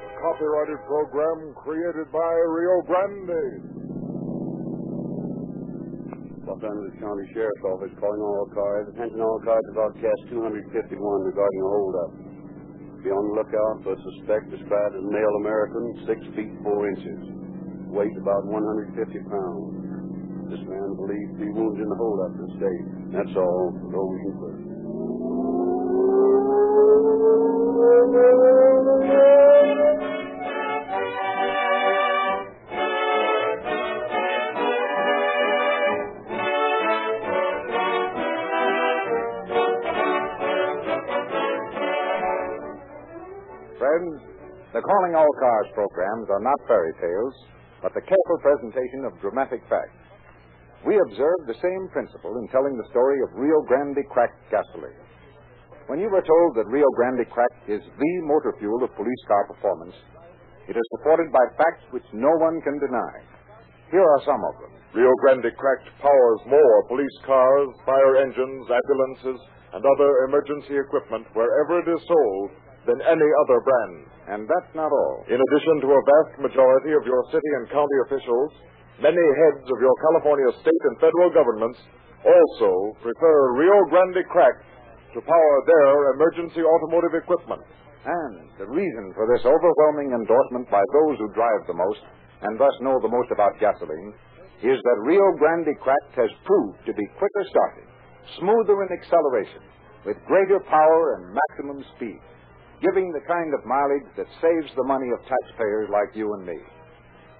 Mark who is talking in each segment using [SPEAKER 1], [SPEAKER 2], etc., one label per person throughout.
[SPEAKER 1] recorded program created by Rio Grande.
[SPEAKER 2] Los Angeles County Sheriff's Office calling all cars. Attention all cars about cast 251 regarding a holdup. Be on the lookout for a suspect described as male American, 6 feet 4 inches. Weight about 150 pounds. This man believed to be wounded in the holdup this day. That's all. No reason for it.
[SPEAKER 1] Friends,
[SPEAKER 3] The Calling All Cars programs are not fairy tales, but the careful presentation of dramatic facts. We observe the same principle in telling the story of Rio Grande cracked gasoline. When you were told that Rio Grande cracked is the motor fuel of police car performance, it is supported by facts which no one can deny. Here are some of them.
[SPEAKER 1] Rio Grande cracked powers more police cars, fire engines, ambulances, and other emergency equipment wherever it is sold than any other brand.
[SPEAKER 3] And that's not all.
[SPEAKER 1] In addition to a vast majority of your city and county officials, many heads of your California state and federal governments also prefer Rio Grande Crack to power their emergency automotive equipment.
[SPEAKER 3] And the reason for this overwhelming endorsement by those who drive the most and thus know the most about gasoline is that Rio Grande Cracked has proved to be quicker starting, smoother in acceleration, with greater power and maximum speed, giving the kind of mileage that saves the money of taxpayers like you and me.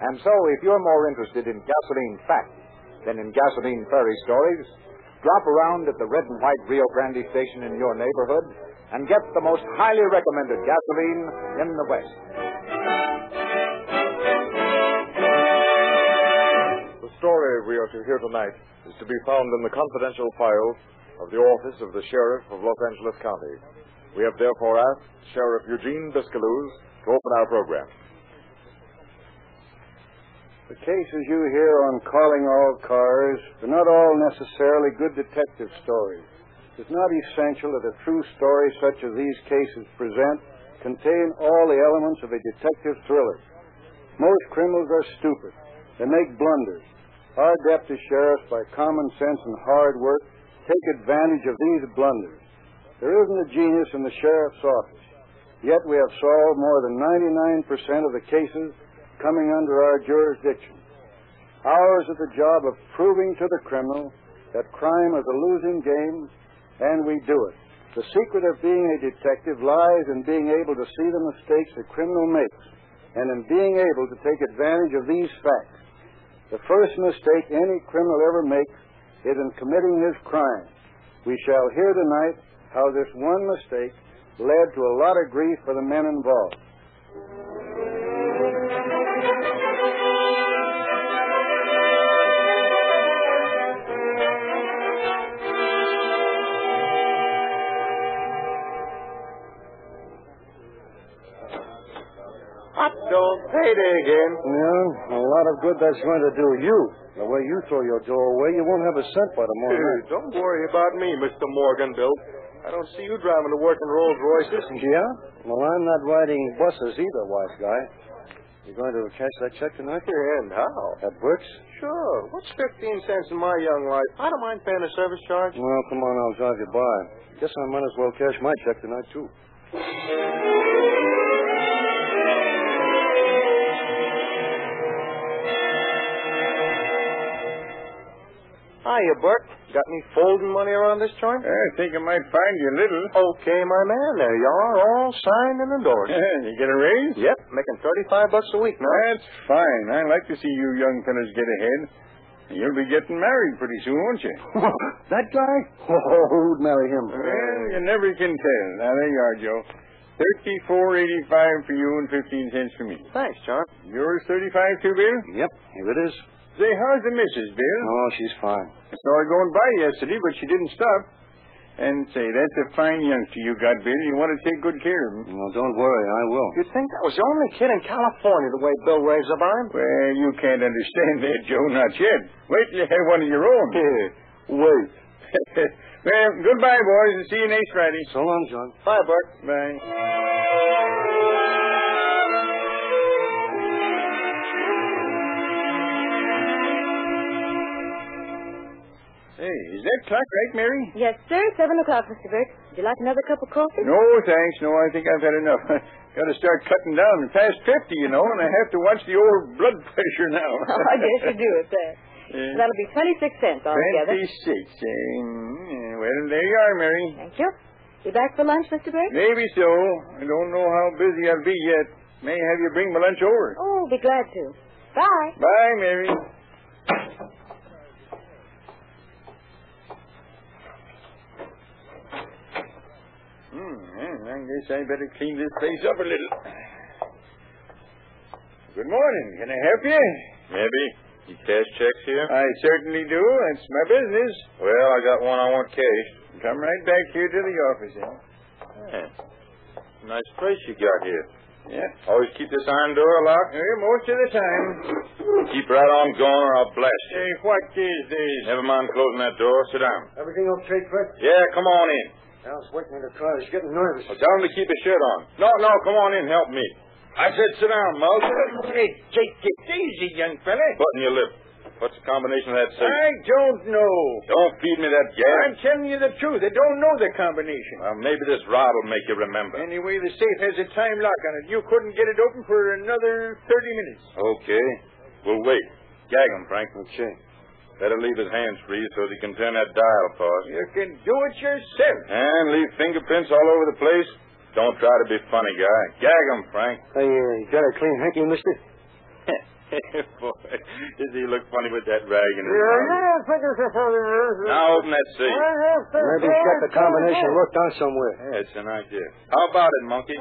[SPEAKER 3] And so, if you're more interested in gasoline facts than in gasoline fairy stories, drop around at the red and white Rio Grande station in your neighborhood and get the most highly recommended gasoline in the West.
[SPEAKER 1] The story we are to hear tonight is to be found in the confidential files of the Office of the Sheriff of Los Angeles County. We have therefore asked Sheriff Eugene Biscaloos to open our program.
[SPEAKER 2] The cases you hear on Calling All Cars are not all necessarily good detective stories. It's not essential that a true story such as these cases present contain all the elements of a detective thriller. Most criminals are stupid. They make blunders. Our adept as sheriffs, by common sense and hard work, take advantage of these blunders. There isn't a genius in the sheriff's office. Yet we have solved more than 99% of the cases coming under our jurisdiction. Ours is the job of proving to the criminal that crime is a losing game, and we do it. The secret of being a detective lies in being able to see the mistakes the criminal makes and in being able to take advantage of these facts. The first mistake any criminal ever makes is in committing his crime. We shall hear tonight how this one mistake led to a lot of grief for the men involved.
[SPEAKER 4] Hot dog payday again.
[SPEAKER 2] Yeah, a lot of good that's going to do you. The way you throw your dough away, you won't have a cent by tomorrow night.
[SPEAKER 4] Don't worry about me, Mr. Morgan, Bill. I don't see you driving to work in Rolls Royces.
[SPEAKER 2] Yeah? Well, I'm not riding buses either, wise guy. You going to cash that check tonight?
[SPEAKER 4] And how?
[SPEAKER 2] At Burke's?
[SPEAKER 4] Sure. What's 15 cents in my young life? I don't mind paying a service charge.
[SPEAKER 2] Well, come on, I'll drive you by. Guess I might as well cash my check tonight, too.
[SPEAKER 4] Hiya, Burke. Got any folding money around this joint?
[SPEAKER 5] I think I might find you a little.
[SPEAKER 4] Okay, my man. There you are, all signed and endorsed.
[SPEAKER 5] Yeah, you get a raise?
[SPEAKER 4] Yep, making 35 bucks a week now.
[SPEAKER 5] That's fine. I like to see you young fellas get ahead. You'll be getting married pretty soon, won't you?
[SPEAKER 2] that guy? Oh, who'd marry him?
[SPEAKER 5] Well, you never can tell. Now, there you are, Joe. Thirty-four eighty-five for you and fifteen cents for me.
[SPEAKER 4] Thanks, John.
[SPEAKER 5] Yours thirty-five too, Bill.
[SPEAKER 2] Yep, here it is.
[SPEAKER 5] Say, how's the missus, Bill?
[SPEAKER 2] Oh, she's fine.
[SPEAKER 5] I saw her going by yesterday, but she didn't stop. And say, that's a fine youngster you got, Bill. You want to take good care of him.
[SPEAKER 2] Well, don't worry, I will.
[SPEAKER 4] You'd think that was the only kid in California the way Bill raves about him.
[SPEAKER 5] Well, you can't understand that, Joe. Not yet. Wait till you have one of your own.
[SPEAKER 4] Yeah, wait.
[SPEAKER 5] well, goodbye, boys, and see you next Friday.
[SPEAKER 2] So long, John.
[SPEAKER 4] Bye, Burke.
[SPEAKER 5] Bye.
[SPEAKER 3] Say, is that clock right, Mary?
[SPEAKER 6] Yes, sir. Seven o'clock, Mr. Burke. Would you like another cup of coffee?
[SPEAKER 3] No, thanks. No, I think I've had enough. Got to start cutting down. I'm past 50, you know, and I have to watch the old blood pressure now.
[SPEAKER 6] Oh, yes, you do, sir.
[SPEAKER 3] Uh,
[SPEAKER 6] That'll be 26 cents altogether.
[SPEAKER 3] 26. Uh, mm, well, there you are, Mary.
[SPEAKER 6] Thank you. You back for lunch, Mr. Burke?
[SPEAKER 3] Maybe so. I don't know how busy I'll be yet. May have you bring my lunch over.
[SPEAKER 6] Oh, be glad to. Bye.
[SPEAKER 3] Bye, Mary. Hmm, well, I guess I better clean this place up a little. Good morning. Can I help you?
[SPEAKER 1] Maybe. You cash checks here?
[SPEAKER 5] Uh.
[SPEAKER 3] I certainly do. It's my business.
[SPEAKER 1] Well, I got one I want cash.
[SPEAKER 3] Come right back here to the office, eh?
[SPEAKER 1] Nice place you got here.
[SPEAKER 3] eh? Yeah.
[SPEAKER 1] Always keep this iron door locked.
[SPEAKER 3] Eh, most of the time.
[SPEAKER 1] Keep right on going or I'll blast you.
[SPEAKER 3] Say, what is this?
[SPEAKER 1] Never mind closing that door. Sit down.
[SPEAKER 7] Everything okay, Fred?
[SPEAKER 1] Yeah, come on in.
[SPEAKER 7] I was working in the car. He's getting nervous.
[SPEAKER 1] Well, tell him to keep his shirt on. No, no, come on in. Help me. I said sit down, Mug.
[SPEAKER 3] Hey, take it easy, young fella.
[SPEAKER 1] Button your lip. What's the combination of that six?
[SPEAKER 3] I don't know.
[SPEAKER 1] Don't feed me that
[SPEAKER 3] I'm
[SPEAKER 1] gas.
[SPEAKER 3] telling you the truth. I don't know the combination.
[SPEAKER 1] Well, Uh, maybe this rod will make you remember.
[SPEAKER 3] Anyway, the safe has a time lock on it. You couldn't get it open for another 30 minutes.
[SPEAKER 1] Okay. We'll wait. Gag him, Frank. Okay. Better leave his hands free so that he can turn that dial, Paws.
[SPEAKER 3] You can do it yourself.
[SPEAKER 1] And leave fingerprints all over the place. Don't try to be funny, guy. Gag him, Frank.
[SPEAKER 7] Hey, uh, you got a clean hanky, mister?
[SPEAKER 1] Boy, does he look funny with that rag in his hand?
[SPEAKER 7] I think it's
[SPEAKER 1] Now open that safe.
[SPEAKER 7] Maybe he's got the combination looked on somewhere.
[SPEAKER 1] Yeah, it's an idea. How about it, monkey?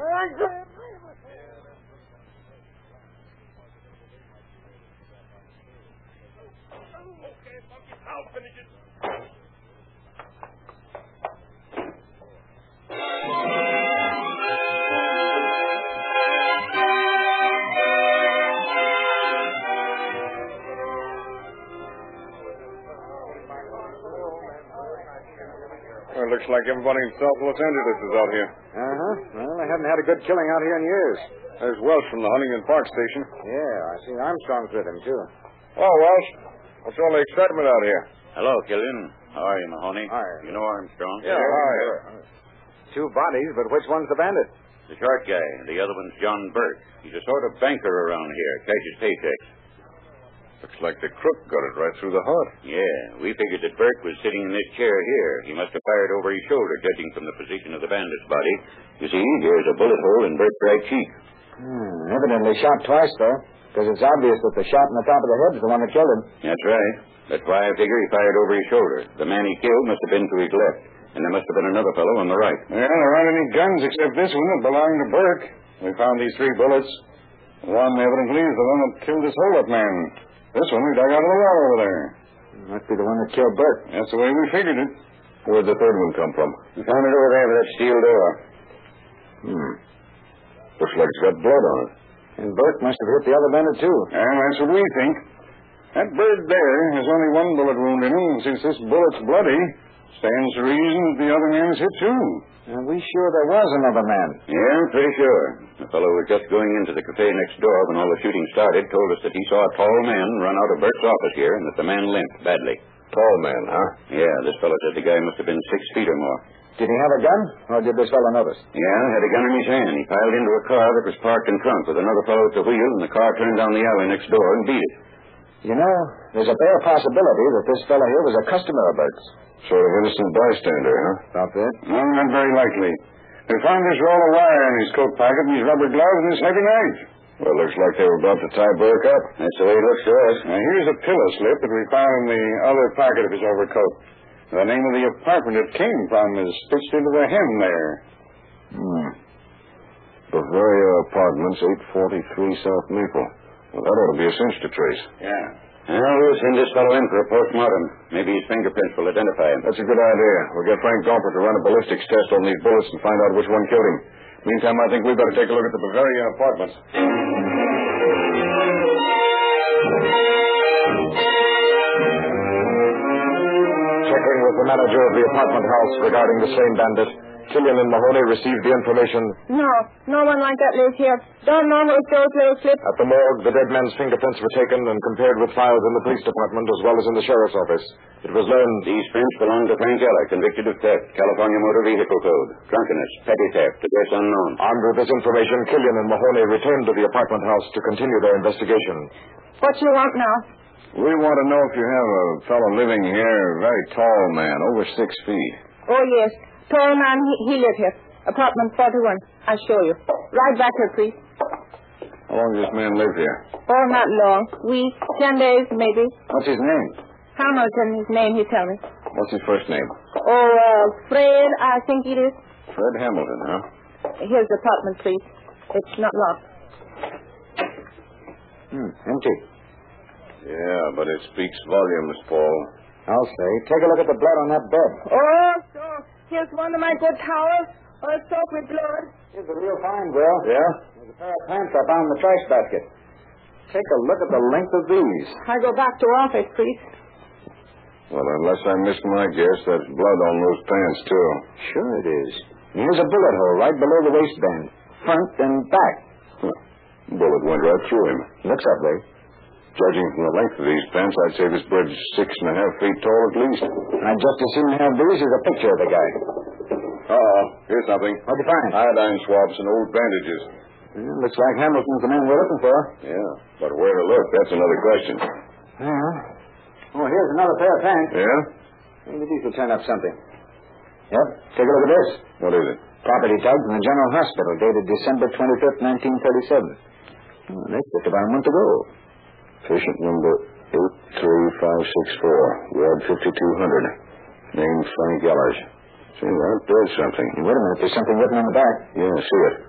[SPEAKER 3] Well, looks like everybody in South Los Angeles is out here.
[SPEAKER 2] Uh huh. Well, they haven't had a good killing out here in years.
[SPEAKER 3] There's Welsh from the Huntington Park station.
[SPEAKER 2] Yeah, I see Armstrong's with him, too.
[SPEAKER 3] Oh, Welsh. What's all the excitement out here?
[SPEAKER 5] Hello, Killian. How are you, Mahoney?
[SPEAKER 2] Hi.
[SPEAKER 5] You know Armstrong?
[SPEAKER 3] hi.
[SPEAKER 2] uh, Two bodies, but which one's the bandit?
[SPEAKER 5] The short guy. The other one's John Burke. He's a sort of banker around here. Catches paychecks.
[SPEAKER 3] Looks like the crook got it right through the heart.
[SPEAKER 5] Yeah, we figured that Burke was sitting in this chair here. He must have fired over his shoulder, judging from the position of the bandit's body. You see, there's a bullet hole in Burke's right cheek.
[SPEAKER 2] Hmm. Evidently shot twice, though, because it's obvious that the shot in the top of the head's the one that killed him.
[SPEAKER 5] That's right. That's why I figure he fired over his shoulder. The man he killed must have been to his left, and there must have been another fellow on the right.
[SPEAKER 3] Well, there aren't any guns except this one that belonged to Burke. We found these three bullets. One evidently is the one that killed this hold-up man. This one we dug out of the wall over there.
[SPEAKER 2] Must be the one that killed Burke.
[SPEAKER 3] That's the way we figured it.
[SPEAKER 5] Where'd the third one come from?
[SPEAKER 3] We found it over there with that steel door.
[SPEAKER 2] Hmm.
[SPEAKER 5] Looks like it's got blood on it.
[SPEAKER 2] And Burke must have hit the other bandit, too.
[SPEAKER 3] And that's what we think. That bird there has only one bullet wound in him, and since this bullet's bloody, stands to reason that the other man's hit too.
[SPEAKER 2] Are we sure there was another man?
[SPEAKER 5] Yeah, pretty sure. The fellow who was just going into the cafe next door when all the shooting started told us that he saw a tall man run out of Burke's office here and that the man limped badly.
[SPEAKER 3] Tall man, huh?
[SPEAKER 5] Yeah, this fellow said the guy must have been six feet or more.
[SPEAKER 2] Did he have a gun, or did this fellow notice?
[SPEAKER 5] Yeah, had a gun in his hand. He piled into a car that was parked in front with another fellow at the wheel, and the car turned down the alley next door and beat it.
[SPEAKER 2] You know, there's a bare possibility that this fellow here was a customer of Burke's.
[SPEAKER 3] Sort of innocent bystander, huh?
[SPEAKER 2] About that?
[SPEAKER 3] No, not very likely. They found this roll of wire in his coat pocket and his rubber glove and his heavy knife. Well, looks like they were about to tie Burke up.
[SPEAKER 5] That's the way he looks to us.
[SPEAKER 3] Now, here's a pillow slip that we found in the other pocket of his overcoat. The name of the apartment it came from is stitched into the hem there.
[SPEAKER 2] Hmm.
[SPEAKER 3] Bavaria Apartments, 843 South Maple. Well, that ought to be a cinch to trace.
[SPEAKER 5] Yeah. Well, we'll send this fellow in for a postmortem. Maybe his fingerprints will identify him.
[SPEAKER 3] That's a good idea. We'll get Frank Gomper to run a ballistics test on these bullets and find out which one killed him. Meantime, I think we better take a look at the Bavaria Apartments.
[SPEAKER 2] Checking with the manager of the apartment house regarding the same bandit,
[SPEAKER 5] Killian and Mahoney received the information.
[SPEAKER 8] No, no one like that lives here. Don't normally those little slips.
[SPEAKER 5] At the morgue, the dead man's fingerprints were taken and compared with files in the police department as well as in the sheriff's office. It was learned.
[SPEAKER 9] These prints belong to Frank Eller, convicted of theft, California Motor Vehicle Code, drunkenness, petty theft, address unknown.
[SPEAKER 5] Armed with this information, Killian and Mahoney returned to the apartment house to continue their investigation.
[SPEAKER 8] What you want now?
[SPEAKER 5] We want to know if you have a fellow living here, a very tall man, over six feet.
[SPEAKER 8] Oh, yes. Tall man, he, he lived here. Apartment 41. I show you. Right back here, please.
[SPEAKER 5] How long does this man live here?
[SPEAKER 8] Oh, not long. Week, ten days, maybe.
[SPEAKER 5] What's his name?
[SPEAKER 8] Hamilton, his name, he tell me.
[SPEAKER 5] What's his first name?
[SPEAKER 8] Oh, uh, Fred, I think it is.
[SPEAKER 5] Fred Hamilton, huh?
[SPEAKER 8] Here's the apartment, please. It's not locked.
[SPEAKER 2] Hmm, empty.
[SPEAKER 10] Yeah, but it speaks volumes, Paul.
[SPEAKER 2] I'll say. Take a look at the blood on that bed.
[SPEAKER 8] Oh, so here's one of my good towels, all soaked with blood.
[SPEAKER 2] Here's a real find, Will.
[SPEAKER 5] Yeah?
[SPEAKER 2] There's a pair of pants I found in the trash basket. Take a look at the length of these.
[SPEAKER 8] I go back to office, please.
[SPEAKER 5] Well, unless I missed my guess, that's blood on those pants, too.
[SPEAKER 2] Sure it is. And here's a bullet hole right below the waistband. Front and back.
[SPEAKER 5] Bullet went right through him.
[SPEAKER 2] Looks that way.
[SPEAKER 5] Judging from the length of these pants, I'd say this bird's six and a half feet tall at least.
[SPEAKER 2] I'd just as soon have these as a picture of the guy.
[SPEAKER 5] Uh-oh. Uh-huh. Here's something.
[SPEAKER 2] What'd you find?
[SPEAKER 5] Iodine swabs and old bandages.
[SPEAKER 2] Yeah, Uh, looks like Hamilton's the man we're looking for.
[SPEAKER 5] Yeah. But where to look? That's another question.
[SPEAKER 2] Yeah. Oh, here's another pair of pants.
[SPEAKER 5] Yeah?
[SPEAKER 2] Maybe these will turn up something. Yep. Take a look at this.
[SPEAKER 5] What is it?
[SPEAKER 2] Property tag from the General Hospital, dated December 25th, 1937. Hmm, that's just about a month ago.
[SPEAKER 5] Patient number 83564, Ward 5200. Name Frank Ellers. See, that does something.
[SPEAKER 2] Wait a minute, there's something written on the back.
[SPEAKER 5] Yeah, see it.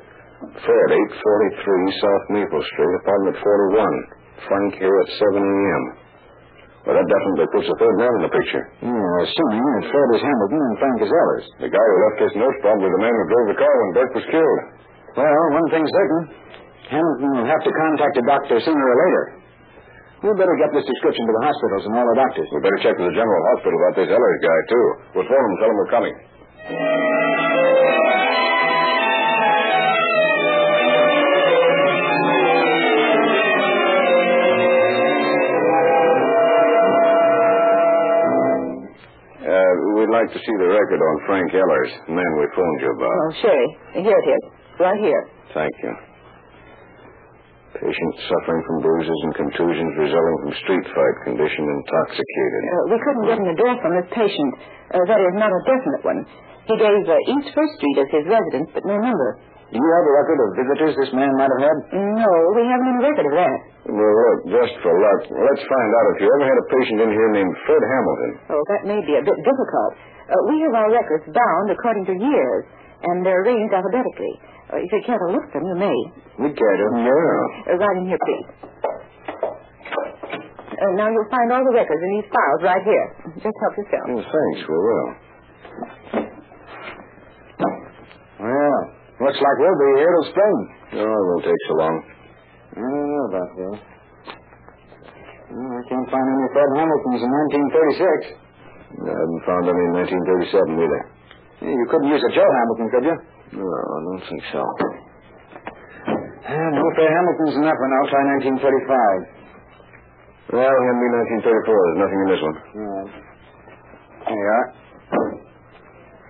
[SPEAKER 5] Fred, 843 South Maple Street, apartment 41. Frank here at 7 a.m. Well, that definitely puts the third man in the picture.
[SPEAKER 2] Yeah, assuming that Fred is Hamilton and Frank is Ellis.
[SPEAKER 5] The guy who left this note's probably the man who drove the car when Burke was killed.
[SPEAKER 2] Well, one thing's certain. Hamilton will have to contact a doctor sooner or later. We'd better get this description to the hospitals and all the doctors.
[SPEAKER 5] We better check with the general hospital about this Ellers guy, too. We'll phone him, tell him we're coming. Uh, we'd like to see the record on Frank Ellers, the man we phoned you about.
[SPEAKER 8] Oh, sure. Here it is. Right here.
[SPEAKER 5] Thank you. Patient suffering from bruises and contusions resulting from street fight condition, intoxicated.
[SPEAKER 8] Uh, we couldn't get an address on this patient. Uh, that is not a definite one. He gave uh, East First Street as his residence, but no number.
[SPEAKER 2] Do you have a record of visitors this man might have had?
[SPEAKER 8] No, we haven't any record of that.
[SPEAKER 5] Well, look, just for luck, let's find out if you ever had a patient in here named Fred Hamilton.
[SPEAKER 8] Oh, that may be a bit difficult. Uh, we have our records bound according to years, and they're arranged alphabetically. Uh, if you care to look them, you may.
[SPEAKER 2] We'd care to.
[SPEAKER 5] Yeah.
[SPEAKER 8] Uh, right in here, please. Uh, now you'll find all the records in these files right here. Just help yourself.
[SPEAKER 2] Oh,
[SPEAKER 5] Well, thanks, we will.
[SPEAKER 2] Well, Oh, looks like we'll be here till spring.
[SPEAKER 5] Oh, it won't take so long.
[SPEAKER 2] I don't know about that. Well, I can't find any Fred Hamiltons in 1936.
[SPEAKER 5] I haven't found any in 1937 either.
[SPEAKER 2] Yeah, you couldn't use a Joe Hamilton, could you?
[SPEAKER 5] No, I don't think so.
[SPEAKER 2] Uh, no Fred Hamilton's enough, and I'll try 1935.
[SPEAKER 5] Well, hand me 1934. There's nothing in this one.
[SPEAKER 2] All right. There you are.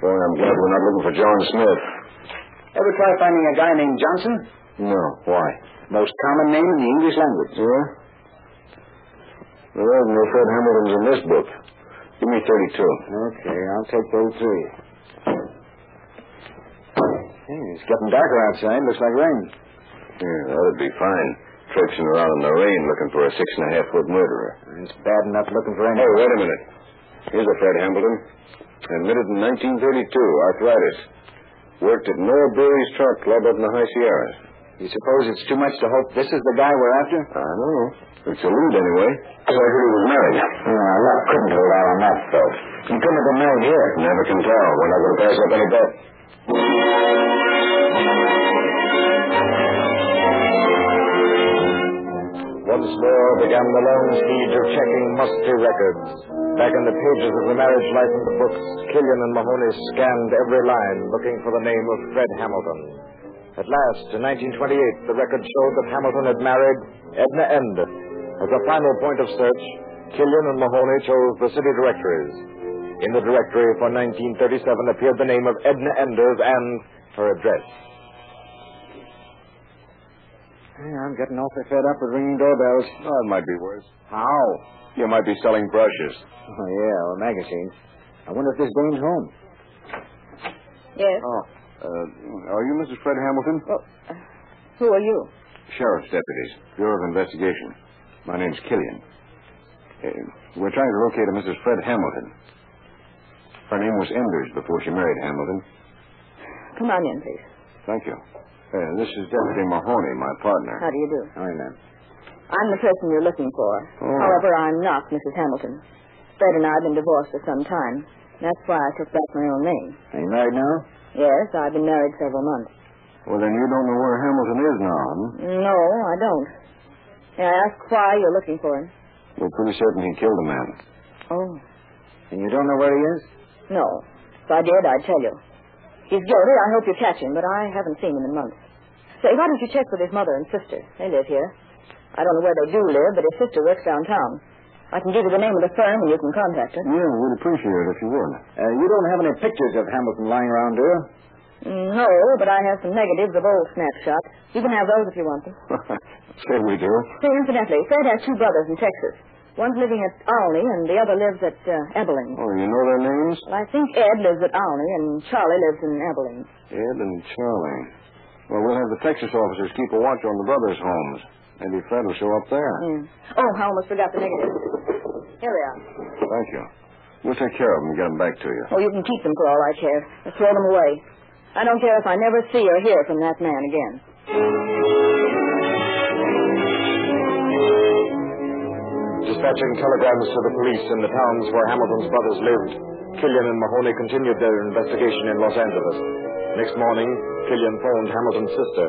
[SPEAKER 5] Well, I'm glad we're not looking for John Smith.
[SPEAKER 2] Ever try finding a guy named Johnson?
[SPEAKER 5] No. Why?
[SPEAKER 2] Most common name in the English language.
[SPEAKER 5] Yeah? There isn't no Fred Hamilton's in this book. Give me 32.
[SPEAKER 2] Okay, I'll take 33. Hey, it's getting darker outside. Looks like rain.
[SPEAKER 5] Yeah, that'd be fine. Traipsing around in the rain looking for a six and a half foot murderer.
[SPEAKER 2] It's bad enough looking for any.
[SPEAKER 5] Hey, wait a minute. Here's a Fred Hamilton. Admitted in 1932, arthritis. Worked at Noah Brewery's Truck Club up in the High Sierras.
[SPEAKER 2] You suppose it's too much to hope this is the guy we're after?
[SPEAKER 5] I know. It's a lead anyway. So I heard he was married.
[SPEAKER 2] Yeah, luck couldn't hold out on that, though. He couldn't have been married here.
[SPEAKER 5] Never can tell. We're not going to pass up any bet.
[SPEAKER 3] Once more began the long siege of checking musty records. Back in the pages of the marriage license books, Killian and Mahoney scanned every line looking for the name of Fred Hamilton. At last, in 1928, the record showed that Hamilton had married Edna Ender. As a final point of search, Killian and Mahoney chose the city directories. In the directory for 1937 appeared the name of Edna Enders and her address.
[SPEAKER 2] I'm getting awfully fed up with ringing doorbells.
[SPEAKER 5] Oh, it might be worse.
[SPEAKER 2] How?
[SPEAKER 5] You might be selling brushes.
[SPEAKER 2] Oh, yeah, or magazines. I wonder if this dame's home.
[SPEAKER 6] Yes.
[SPEAKER 5] Oh. Uh, are you Mrs. Fred Hamilton?
[SPEAKER 6] Who are you?
[SPEAKER 5] Oh, Sheriff's deputies, Bureau of Investigation. My name's Killian. Uh, we're trying to locate a Mrs. Fred Hamilton. Her name was Enders before she married Hamilton.
[SPEAKER 6] Come on in, please.
[SPEAKER 5] Thank you. Uh, this is Deputy Mahoney, my partner.
[SPEAKER 6] How do you do?
[SPEAKER 5] Hi, ma'am.
[SPEAKER 6] I'm the person you're looking for.
[SPEAKER 5] Oh.
[SPEAKER 6] However, I'm not Mrs. Hamilton. Fred and I have been divorced for some time. That's why I took back my own name.
[SPEAKER 5] Are you married now?
[SPEAKER 6] Yes, I've been married several months.
[SPEAKER 5] Well, then you don't know where Hamilton is now. Hmm?
[SPEAKER 6] No, I don't. May I ask why you're looking for him?
[SPEAKER 5] We're pretty certain he killed a man.
[SPEAKER 6] Oh.
[SPEAKER 5] And you don't know where he is?
[SPEAKER 6] No. If I did, I'd tell you. He's guilty. I hope you catch him, but I haven't seen him in months. Say, why don't you check with his mother and sister? They live here. I don't know where they do live, but his sister works downtown. I can give you the name of the firm and you can contact her.
[SPEAKER 5] Yeah, we'd appreciate it if you would. Uh, you don't have any pictures of Hamilton lying around, do you?
[SPEAKER 6] Mm, No, but I have some negatives of old snapshots. You can have those if you want them.
[SPEAKER 5] Say we do.
[SPEAKER 6] Say, incidentally, Fred has two brothers in Texas. One's living at Alney and the other lives at uh, Abilene.
[SPEAKER 5] Oh, you know their names?
[SPEAKER 6] Well, I think Ed lives at Alney and Charlie lives in Abilene.
[SPEAKER 5] Ed and Charlie. Well, we'll have the Texas officers keep a watch on the brothers' homes. Maybe Fred will show up there.
[SPEAKER 6] Mm. Oh, I almost forgot the negatives. Here they are.
[SPEAKER 5] Thank you. We'll take care of them and get them back to you.
[SPEAKER 6] Oh, you can keep them for all I care. Just throw them away. I don't care if I never see or hear from that man again.
[SPEAKER 1] Dispatching telegrams to the police in the towns where Hamilton's brothers lived, Killian and Mahoney continued their investigation in Los Angeles. Next morning, Killian phoned Hamilton's sister.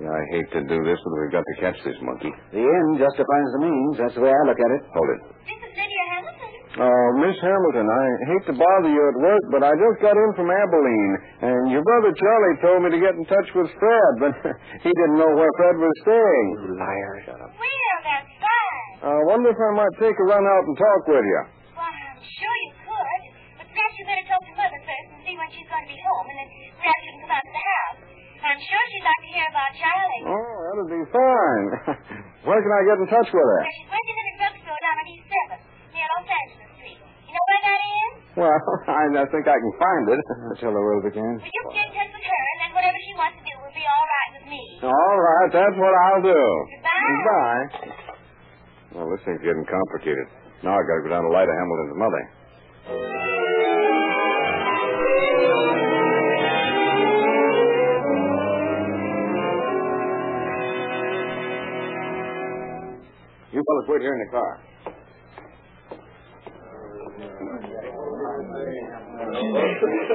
[SPEAKER 5] I hate to do this, but we've got to catch this monkey.
[SPEAKER 2] The end justifies the means. That's the way I look at it.
[SPEAKER 5] Hold it.
[SPEAKER 11] This is Lydia Hamilton.
[SPEAKER 5] Oh, Miss Hamilton, I hate to bother you at work, but I just got in from Abilene, and your brother Charlie told me to get in touch with Fred, but he didn't know where Fred was staying. Liar. Shut up.
[SPEAKER 11] Where about five?
[SPEAKER 5] I wonder if I might take a run out and talk with you.
[SPEAKER 11] Well, I'm sure you could. But perhaps you better talk to Mother first and see when she's going to be home, and then perhaps you can come out to the house. I'm sure she'd like to hear about Charlie.
[SPEAKER 5] Oh, that'll be fine. where can I get in touch with her?
[SPEAKER 11] Well, she's working at a drugstore down on East 7th, near Los Angeles Street. You know where that is?
[SPEAKER 5] Well, I, I think I can find it. Tell her where we can.
[SPEAKER 11] Well, you can get in touch with her, and then whatever she wants to do will be all right with me.
[SPEAKER 5] All right, that's what I'll do.
[SPEAKER 11] Goodbye.
[SPEAKER 5] Goodbye. Well, this thing's getting complicated. Now I've got to go down and lie to Hamilton's mother. You fellas wait here in the car.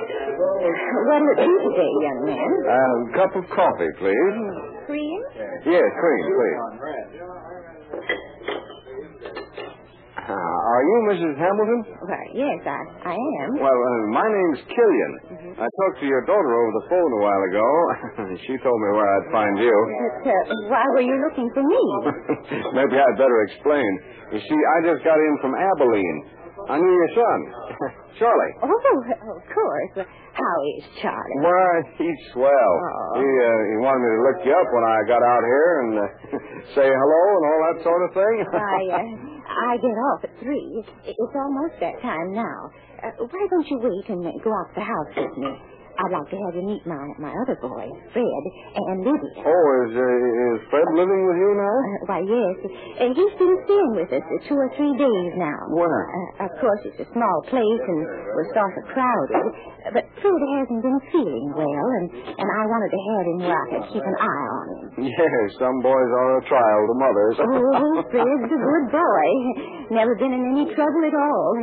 [SPEAKER 6] What'll it be today, young man?
[SPEAKER 5] A cup of coffee, please.
[SPEAKER 6] Cream?
[SPEAKER 5] Yes, cream, please. Ah, are you Mrs. Hamilton?
[SPEAKER 6] Why, yes, I, I am.
[SPEAKER 5] Well, uh, my name's Killian.
[SPEAKER 1] Mm-hmm.
[SPEAKER 5] I talked to your daughter over the phone a while ago. she told me where I'd find you.
[SPEAKER 6] But uh, why were you looking for me?
[SPEAKER 5] Maybe I'd better explain. You see, I just got in from Abilene. I knew your son, Charlie.
[SPEAKER 6] Oh, of course. How is Charlie? Oh.
[SPEAKER 5] Why, he's swell.
[SPEAKER 6] Aw.
[SPEAKER 5] He, uh, he wanted me to look you up when I got out here and uh, say hello and all that sort of thing.
[SPEAKER 6] Why, uh, I get off at three. It's almost that time now. Uh, why don't you wait and go out to the house with me? I'd like to have you meet my, my other boy, Fred, and Lydia.
[SPEAKER 5] Oh, is, uh, is Fred living with you now?
[SPEAKER 6] Uh, why, yes. And he's been staying with us uh, two or three days now.
[SPEAKER 5] Where?
[SPEAKER 6] Uh, of course, it's a small place and was sort of crowded, but Fred hasn't been feeling well, and, and I wanted to have him where I could keep an eye on him.
[SPEAKER 5] Yes, some boys are a trial to mothers.
[SPEAKER 6] Oh, Fred's a good boy. Never been in any trouble at all.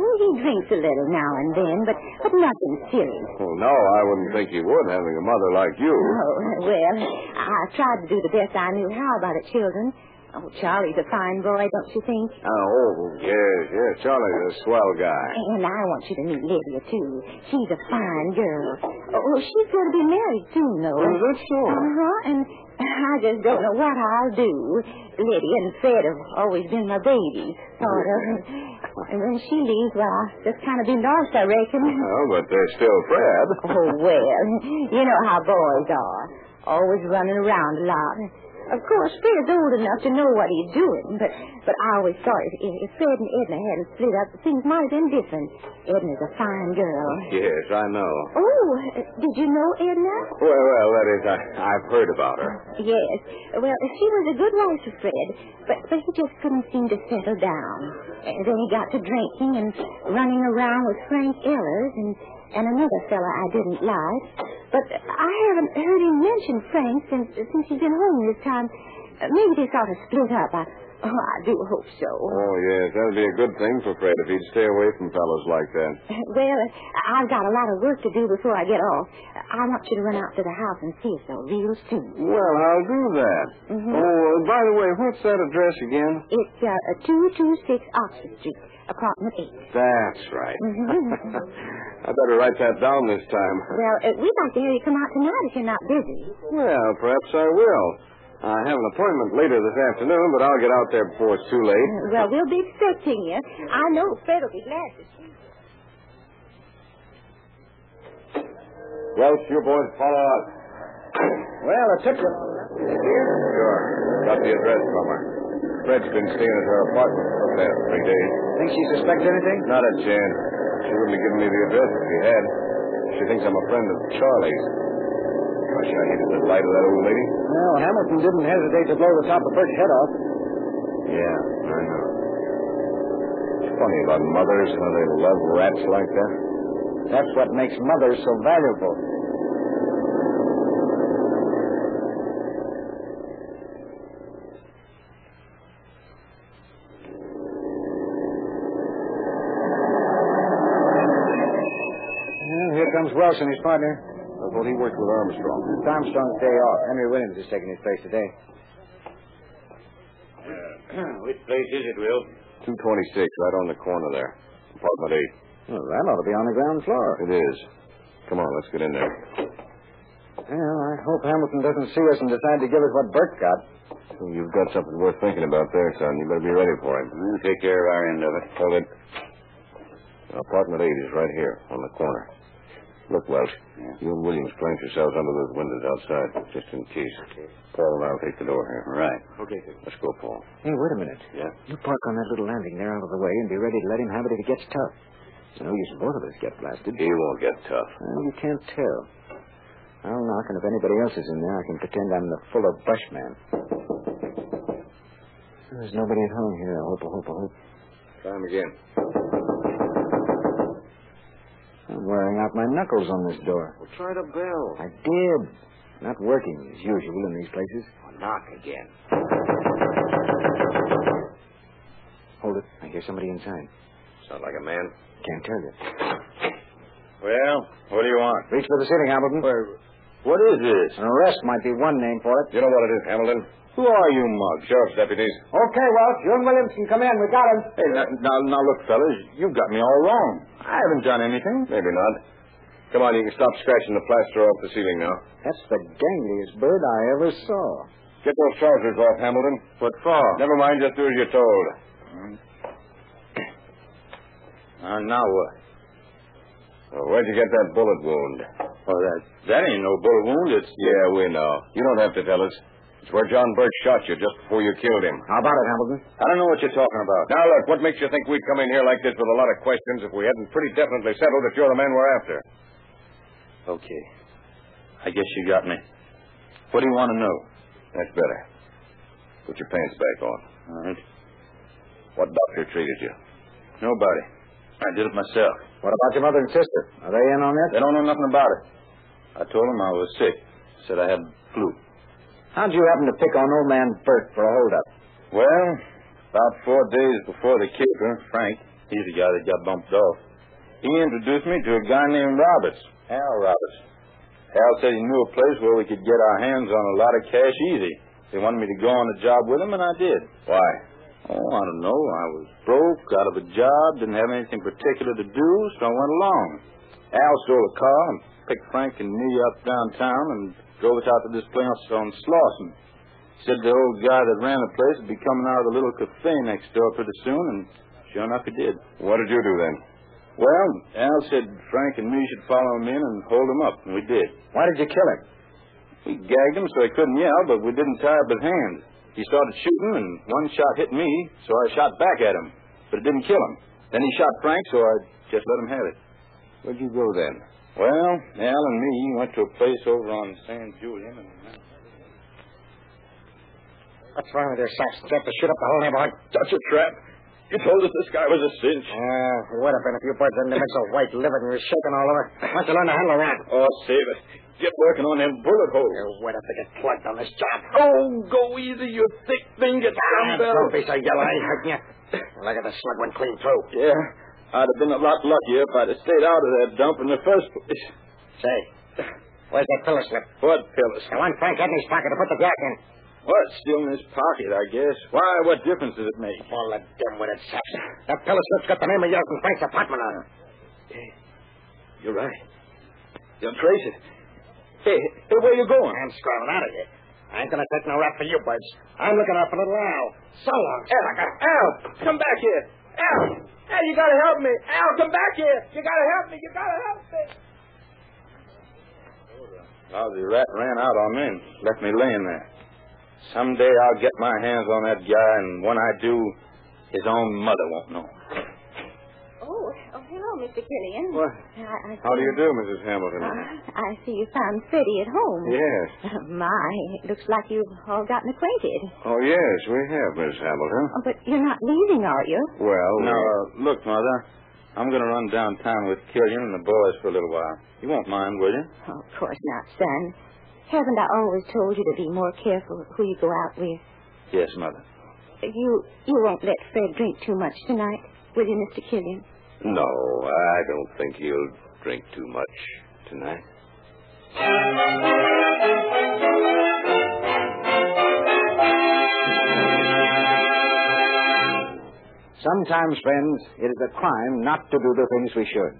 [SPEAKER 6] Oh, he drinks a little now and then, but, but nothing serious.
[SPEAKER 5] Well, Oh, no, I wouldn't think he would, having a mother like you.
[SPEAKER 6] Oh, well, I tried to do the best I knew how about it, children. Oh, Charlie's a fine boy, don't you think?
[SPEAKER 1] Oh, yes, yes. Charlie's a swell guy.
[SPEAKER 6] And I want you to meet Lydia, too. She's a fine girl. Oh, she's going to be married soon, though.
[SPEAKER 1] Is that so?
[SPEAKER 6] Uh-huh, and I just don't know what I'll do. Lydia and Fred have always been my babies, sort of. And when she leaves, well, I'll just kind of be lost, I reckon.
[SPEAKER 1] Oh, but they're still Fred.
[SPEAKER 6] Oh, well, you know how boys are. Always running around a lot. Of course, Fred's old enough to know what he's doing, but, but I always thought if, if Fred and Edna hadn't split up, things might have been different. Edna's a fine girl.
[SPEAKER 1] Yes, I know.
[SPEAKER 6] Oh, did you know Edna?
[SPEAKER 1] Well, well, that is, I, I've heard about her.
[SPEAKER 6] Yes. Well, she was a good wife to Fred, but, but he just couldn't seem to settle down. And then he got to drinking and running around with Frank Ehlers and, and another fella I didn't like. But I haven't heard him mention Frank since, since he's been home this time. Uh, Maybe they sort of split up. I, oh, I do hope so.
[SPEAKER 1] Oh, yes, that'd be a good thing for Fred if he'd stay away from fellows like that.
[SPEAKER 6] Well, I've got a lot of work to do before I get off. I want you to run out to the house and see us though real soon.
[SPEAKER 1] Well, I'll do that.
[SPEAKER 5] Mm-hmm.
[SPEAKER 6] Mhm.
[SPEAKER 3] Mm-hmm.
[SPEAKER 1] Oh, uh, by the way, what's that address again?
[SPEAKER 6] It's uh, a 226 Oxford Street, apartment 8.
[SPEAKER 1] That's right.
[SPEAKER 5] Mm-hmm.
[SPEAKER 6] Mhm.
[SPEAKER 1] I better write that down this time.
[SPEAKER 6] Well, uh, we'd like to hear you come out tonight if you're not busy.
[SPEAKER 1] Well, perhaps I will. I have an appointment later this afternoon, but I'll get out there before it's too late.
[SPEAKER 6] Well, we'll be expecting you. I know Fred will be glad to see you.
[SPEAKER 1] Welch, you boys follow us.
[SPEAKER 5] Well, I took it.
[SPEAKER 1] Sure. Got the address from her. Fred's been staying at her apartment for the past three days.
[SPEAKER 5] Think she suspects anything?
[SPEAKER 1] Not a chance. She wouldn't have given me the address if she had. She thinks I'm a friend of Charlie's. Gosh, I hated the light of that old lady.
[SPEAKER 5] Well, Hamilton didn't hesitate to blow the top of Bert's head off.
[SPEAKER 1] Yeah, I know. It's funny about mothers, how they love rats like that.
[SPEAKER 5] That's what makes mothers so valuable. Well, here comes Welsh and his partner.
[SPEAKER 1] Well, he worked with Armstrong.
[SPEAKER 5] It's Armstrong's day off. Henry Williams is taking his place today.
[SPEAKER 2] Which place is it, Will?
[SPEAKER 1] 226, right on the corner there. Apartment
[SPEAKER 5] Well, that ought to be on the ground floor.
[SPEAKER 1] 8. It is. Come on, let's get in there.
[SPEAKER 5] Well, I hope Hamilton doesn't see us and decide to give us what Bert got.
[SPEAKER 1] So you've got something worth thinking about there, son. You better be ready for him.
[SPEAKER 2] We'll take care of our end of it.
[SPEAKER 1] Hold it. Apartment 8 is right here on the corner. Look, Welsh, you and Williams plant yourselves under those windows outside, just in case. Paul and I'll take the door here.
[SPEAKER 2] Right.
[SPEAKER 1] Okay, Let's go, Paul.
[SPEAKER 5] Hey, wait a minute.
[SPEAKER 1] Yeah?
[SPEAKER 5] You park on that little landing there out of the way and be ready to let him have it if it gets tough. It's no use both of us get blasted.
[SPEAKER 1] He won't get tough.
[SPEAKER 5] Well, you can't tell. I'll knock, and if anybody else is in there, I can pretend I'm the fuller bushman. There's nobody at home here. I hope, I hope, I hope.
[SPEAKER 1] Try him again.
[SPEAKER 5] I'm wearing out my knuckles on this door.
[SPEAKER 1] Well, try the bell.
[SPEAKER 5] I did. Not working as usual in these places.
[SPEAKER 1] Knock again.
[SPEAKER 5] Hold it. I hear somebody inside.
[SPEAKER 1] Sound like a man?
[SPEAKER 5] Can't tell you.
[SPEAKER 3] Well, what do you want?
[SPEAKER 5] Reach for the ceiling, Hamilton.
[SPEAKER 1] What is this?
[SPEAKER 5] An arrest might be one name for it.
[SPEAKER 1] You know what it is, Hamilton. Who are you, Mug? Sheriff's deputies.
[SPEAKER 5] Okay, Welch. You and Williams can come in. We got him.
[SPEAKER 1] Hey, now, now, now look, fellas, you've got me all wrong. I haven't done anything. Maybe not. Come on, you can stop scratching the plaster off the ceiling now.
[SPEAKER 5] That's the gangliest bird I ever saw.
[SPEAKER 1] Get those trousers off, Hamilton. What for? Never mind, just do as you're told.
[SPEAKER 3] Uh, now what?
[SPEAKER 1] Well, where'd you get that bullet wound?
[SPEAKER 3] Well, that, that ain't no bullet wound. It's.
[SPEAKER 1] Yeah, we know. You don't have to tell us. It's where John Birch shot you just before you killed him.
[SPEAKER 5] How about it, Hamilton?
[SPEAKER 3] I don't know what you're talking about.
[SPEAKER 1] Now, look, what makes you think we'd come in here like this with a lot of questions if we hadn't pretty definitely settled that you're the man we're after?
[SPEAKER 3] Okay. I guess you got me. What do you want to know?
[SPEAKER 1] That's better. Put your pants back on.
[SPEAKER 3] All right.
[SPEAKER 1] What doctor treated you?
[SPEAKER 3] Nobody. I did it myself.
[SPEAKER 5] What about your mother and sister? Are they in on this?
[SPEAKER 3] They don't know nothing about it. I told them I was sick. Said I had flu.
[SPEAKER 5] How'd you happen to pick on old man Bert for a holdup?
[SPEAKER 3] Well, about four days before the killing, Frank, he's the guy that got bumped off, he introduced me to a guy named Roberts, Hal Roberts. Hal said he knew a place where we could get our hands on a lot of cash easy.
[SPEAKER 2] They wanted me to go on a job with them, and I did.
[SPEAKER 3] Why?
[SPEAKER 2] Oh, I don't know. I was broke, out of a job, didn't have anything particular to do, so I went along. Al stole a car and picked Frank and me up downtown and drove us out to this place on Slauson. Said the old guy that ran the place would be coming out of the little cafe next door pretty soon, and sure enough he did.
[SPEAKER 12] What did you do then?
[SPEAKER 2] Well, Al said Frank and me should follow him in and hold him up, and we did.
[SPEAKER 12] Why did you kill him?
[SPEAKER 2] We gagged him so he couldn't yell, but we didn't tie up his hands. He started shooting, and one shot hit me, so I shot back at him, but it didn't kill him. Then he shot Frank, so I just let him have it.
[SPEAKER 12] Where'd you go then?
[SPEAKER 2] Well, Al and me went to a place over on San Julian, and
[SPEAKER 8] What's wrong with your socks? Trap to shoot up the whole neighborhood.
[SPEAKER 3] That's a trap. You told us this guy was a cinch.
[SPEAKER 8] Yeah, it would have been if you boys hadn't been so white livid and you're shaking all over. Why don't you learn to handle that?
[SPEAKER 3] Oh, save it. Get working on them bullet holes.
[SPEAKER 8] You would have to get plugged on this job.
[SPEAKER 3] Oh, go easy, you thick thing. Get
[SPEAKER 8] Ah,
[SPEAKER 3] down better.
[SPEAKER 8] Don't be so yellow. I ain't hurting you. Look at the slug went clean through.
[SPEAKER 3] Yeah, I'd have been a lot luckier if I'd have stayed out of that dump in the first place.
[SPEAKER 8] Say, where's that pillow slip?
[SPEAKER 3] What, Phyllis?
[SPEAKER 8] The one Frank had in his pocket to put the yak in.
[SPEAKER 3] Well, it's still in his pocket, I guess. Why, what difference does it make?
[SPEAKER 8] All the dim-witted saps. That pillow slip's got the name of yours and Frank's apartment on it.
[SPEAKER 3] You're right. They'll trace it. Hey, hey, where you going?
[SPEAKER 8] I'm scrawling out of here. I ain't gonna take no rap for you, buds. I'm looking out for little Al. So long, sucker.
[SPEAKER 3] Al, come back here. Al, Al, you gotta help me. Al, come back here. You gotta help me. You gotta help me.
[SPEAKER 2] Lousy rat ran out on me and left me laying there. Someday I'll get my hands on that guy, and when I do, his own mother won't know.
[SPEAKER 6] Oh, oh hello, Mr. Killian.
[SPEAKER 12] What?
[SPEAKER 6] I, I
[SPEAKER 12] How do you do, Mrs. Hamilton?
[SPEAKER 6] I see you found Freddie at home.
[SPEAKER 12] Yes.
[SPEAKER 6] My, it looks like you've all gotten acquainted.
[SPEAKER 12] Oh, yes, we have, Miss Hamilton.
[SPEAKER 6] Oh, but you're not leaving, are you?
[SPEAKER 12] Well,
[SPEAKER 2] Now, uh, look, Mother, I'm going to run downtown with Killian and the boys for a little while. You won't mind, will you?
[SPEAKER 6] Oh, of course not, son. Haven't I always told you to be more careful who you go out with?
[SPEAKER 2] Yes, Mother.
[SPEAKER 6] You you won't let Fred drink too much tonight, will you, Mr. Killian?
[SPEAKER 12] no, I don't think he'll drink too much tonight.
[SPEAKER 8] Sometimes, friends, it is a crime not to do the things we should.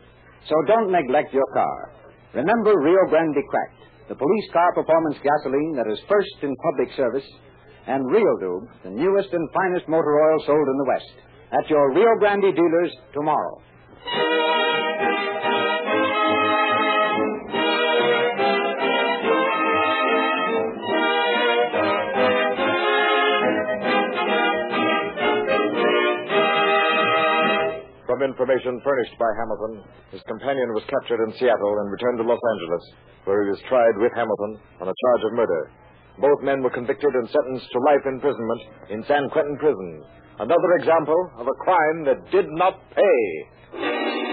[SPEAKER 8] So don't neglect your car. Remember Rio Grande Cracked, the police car performance gasoline that is first in public service, and Rio Lube, the newest and finest motor oil sold in the West, at your Rio Grande dealers tomorrow.
[SPEAKER 1] From information furnished by Hamilton, his companion was captured in Seattle and returned to Los Angeles, where he was tried with Hamilton on a charge of murder. Both men were convicted and sentenced to life imprisonment in San Quentin Prison. Another example of a crime that did not pay.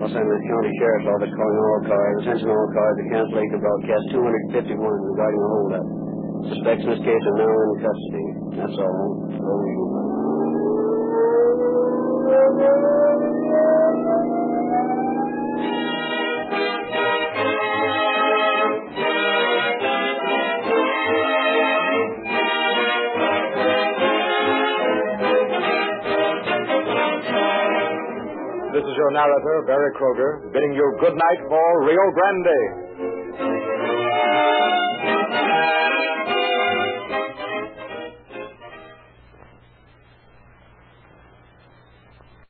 [SPEAKER 5] Los Angeles County Sheriff's Office calling all cars. Attention all cars. The Camp Laker broadcast 251 regarding a holdup. Suspects in this case are now in custody. That's all. Over to you.
[SPEAKER 1] This is your narrator, Barry Kroger, bidding you good night for Rio Grande.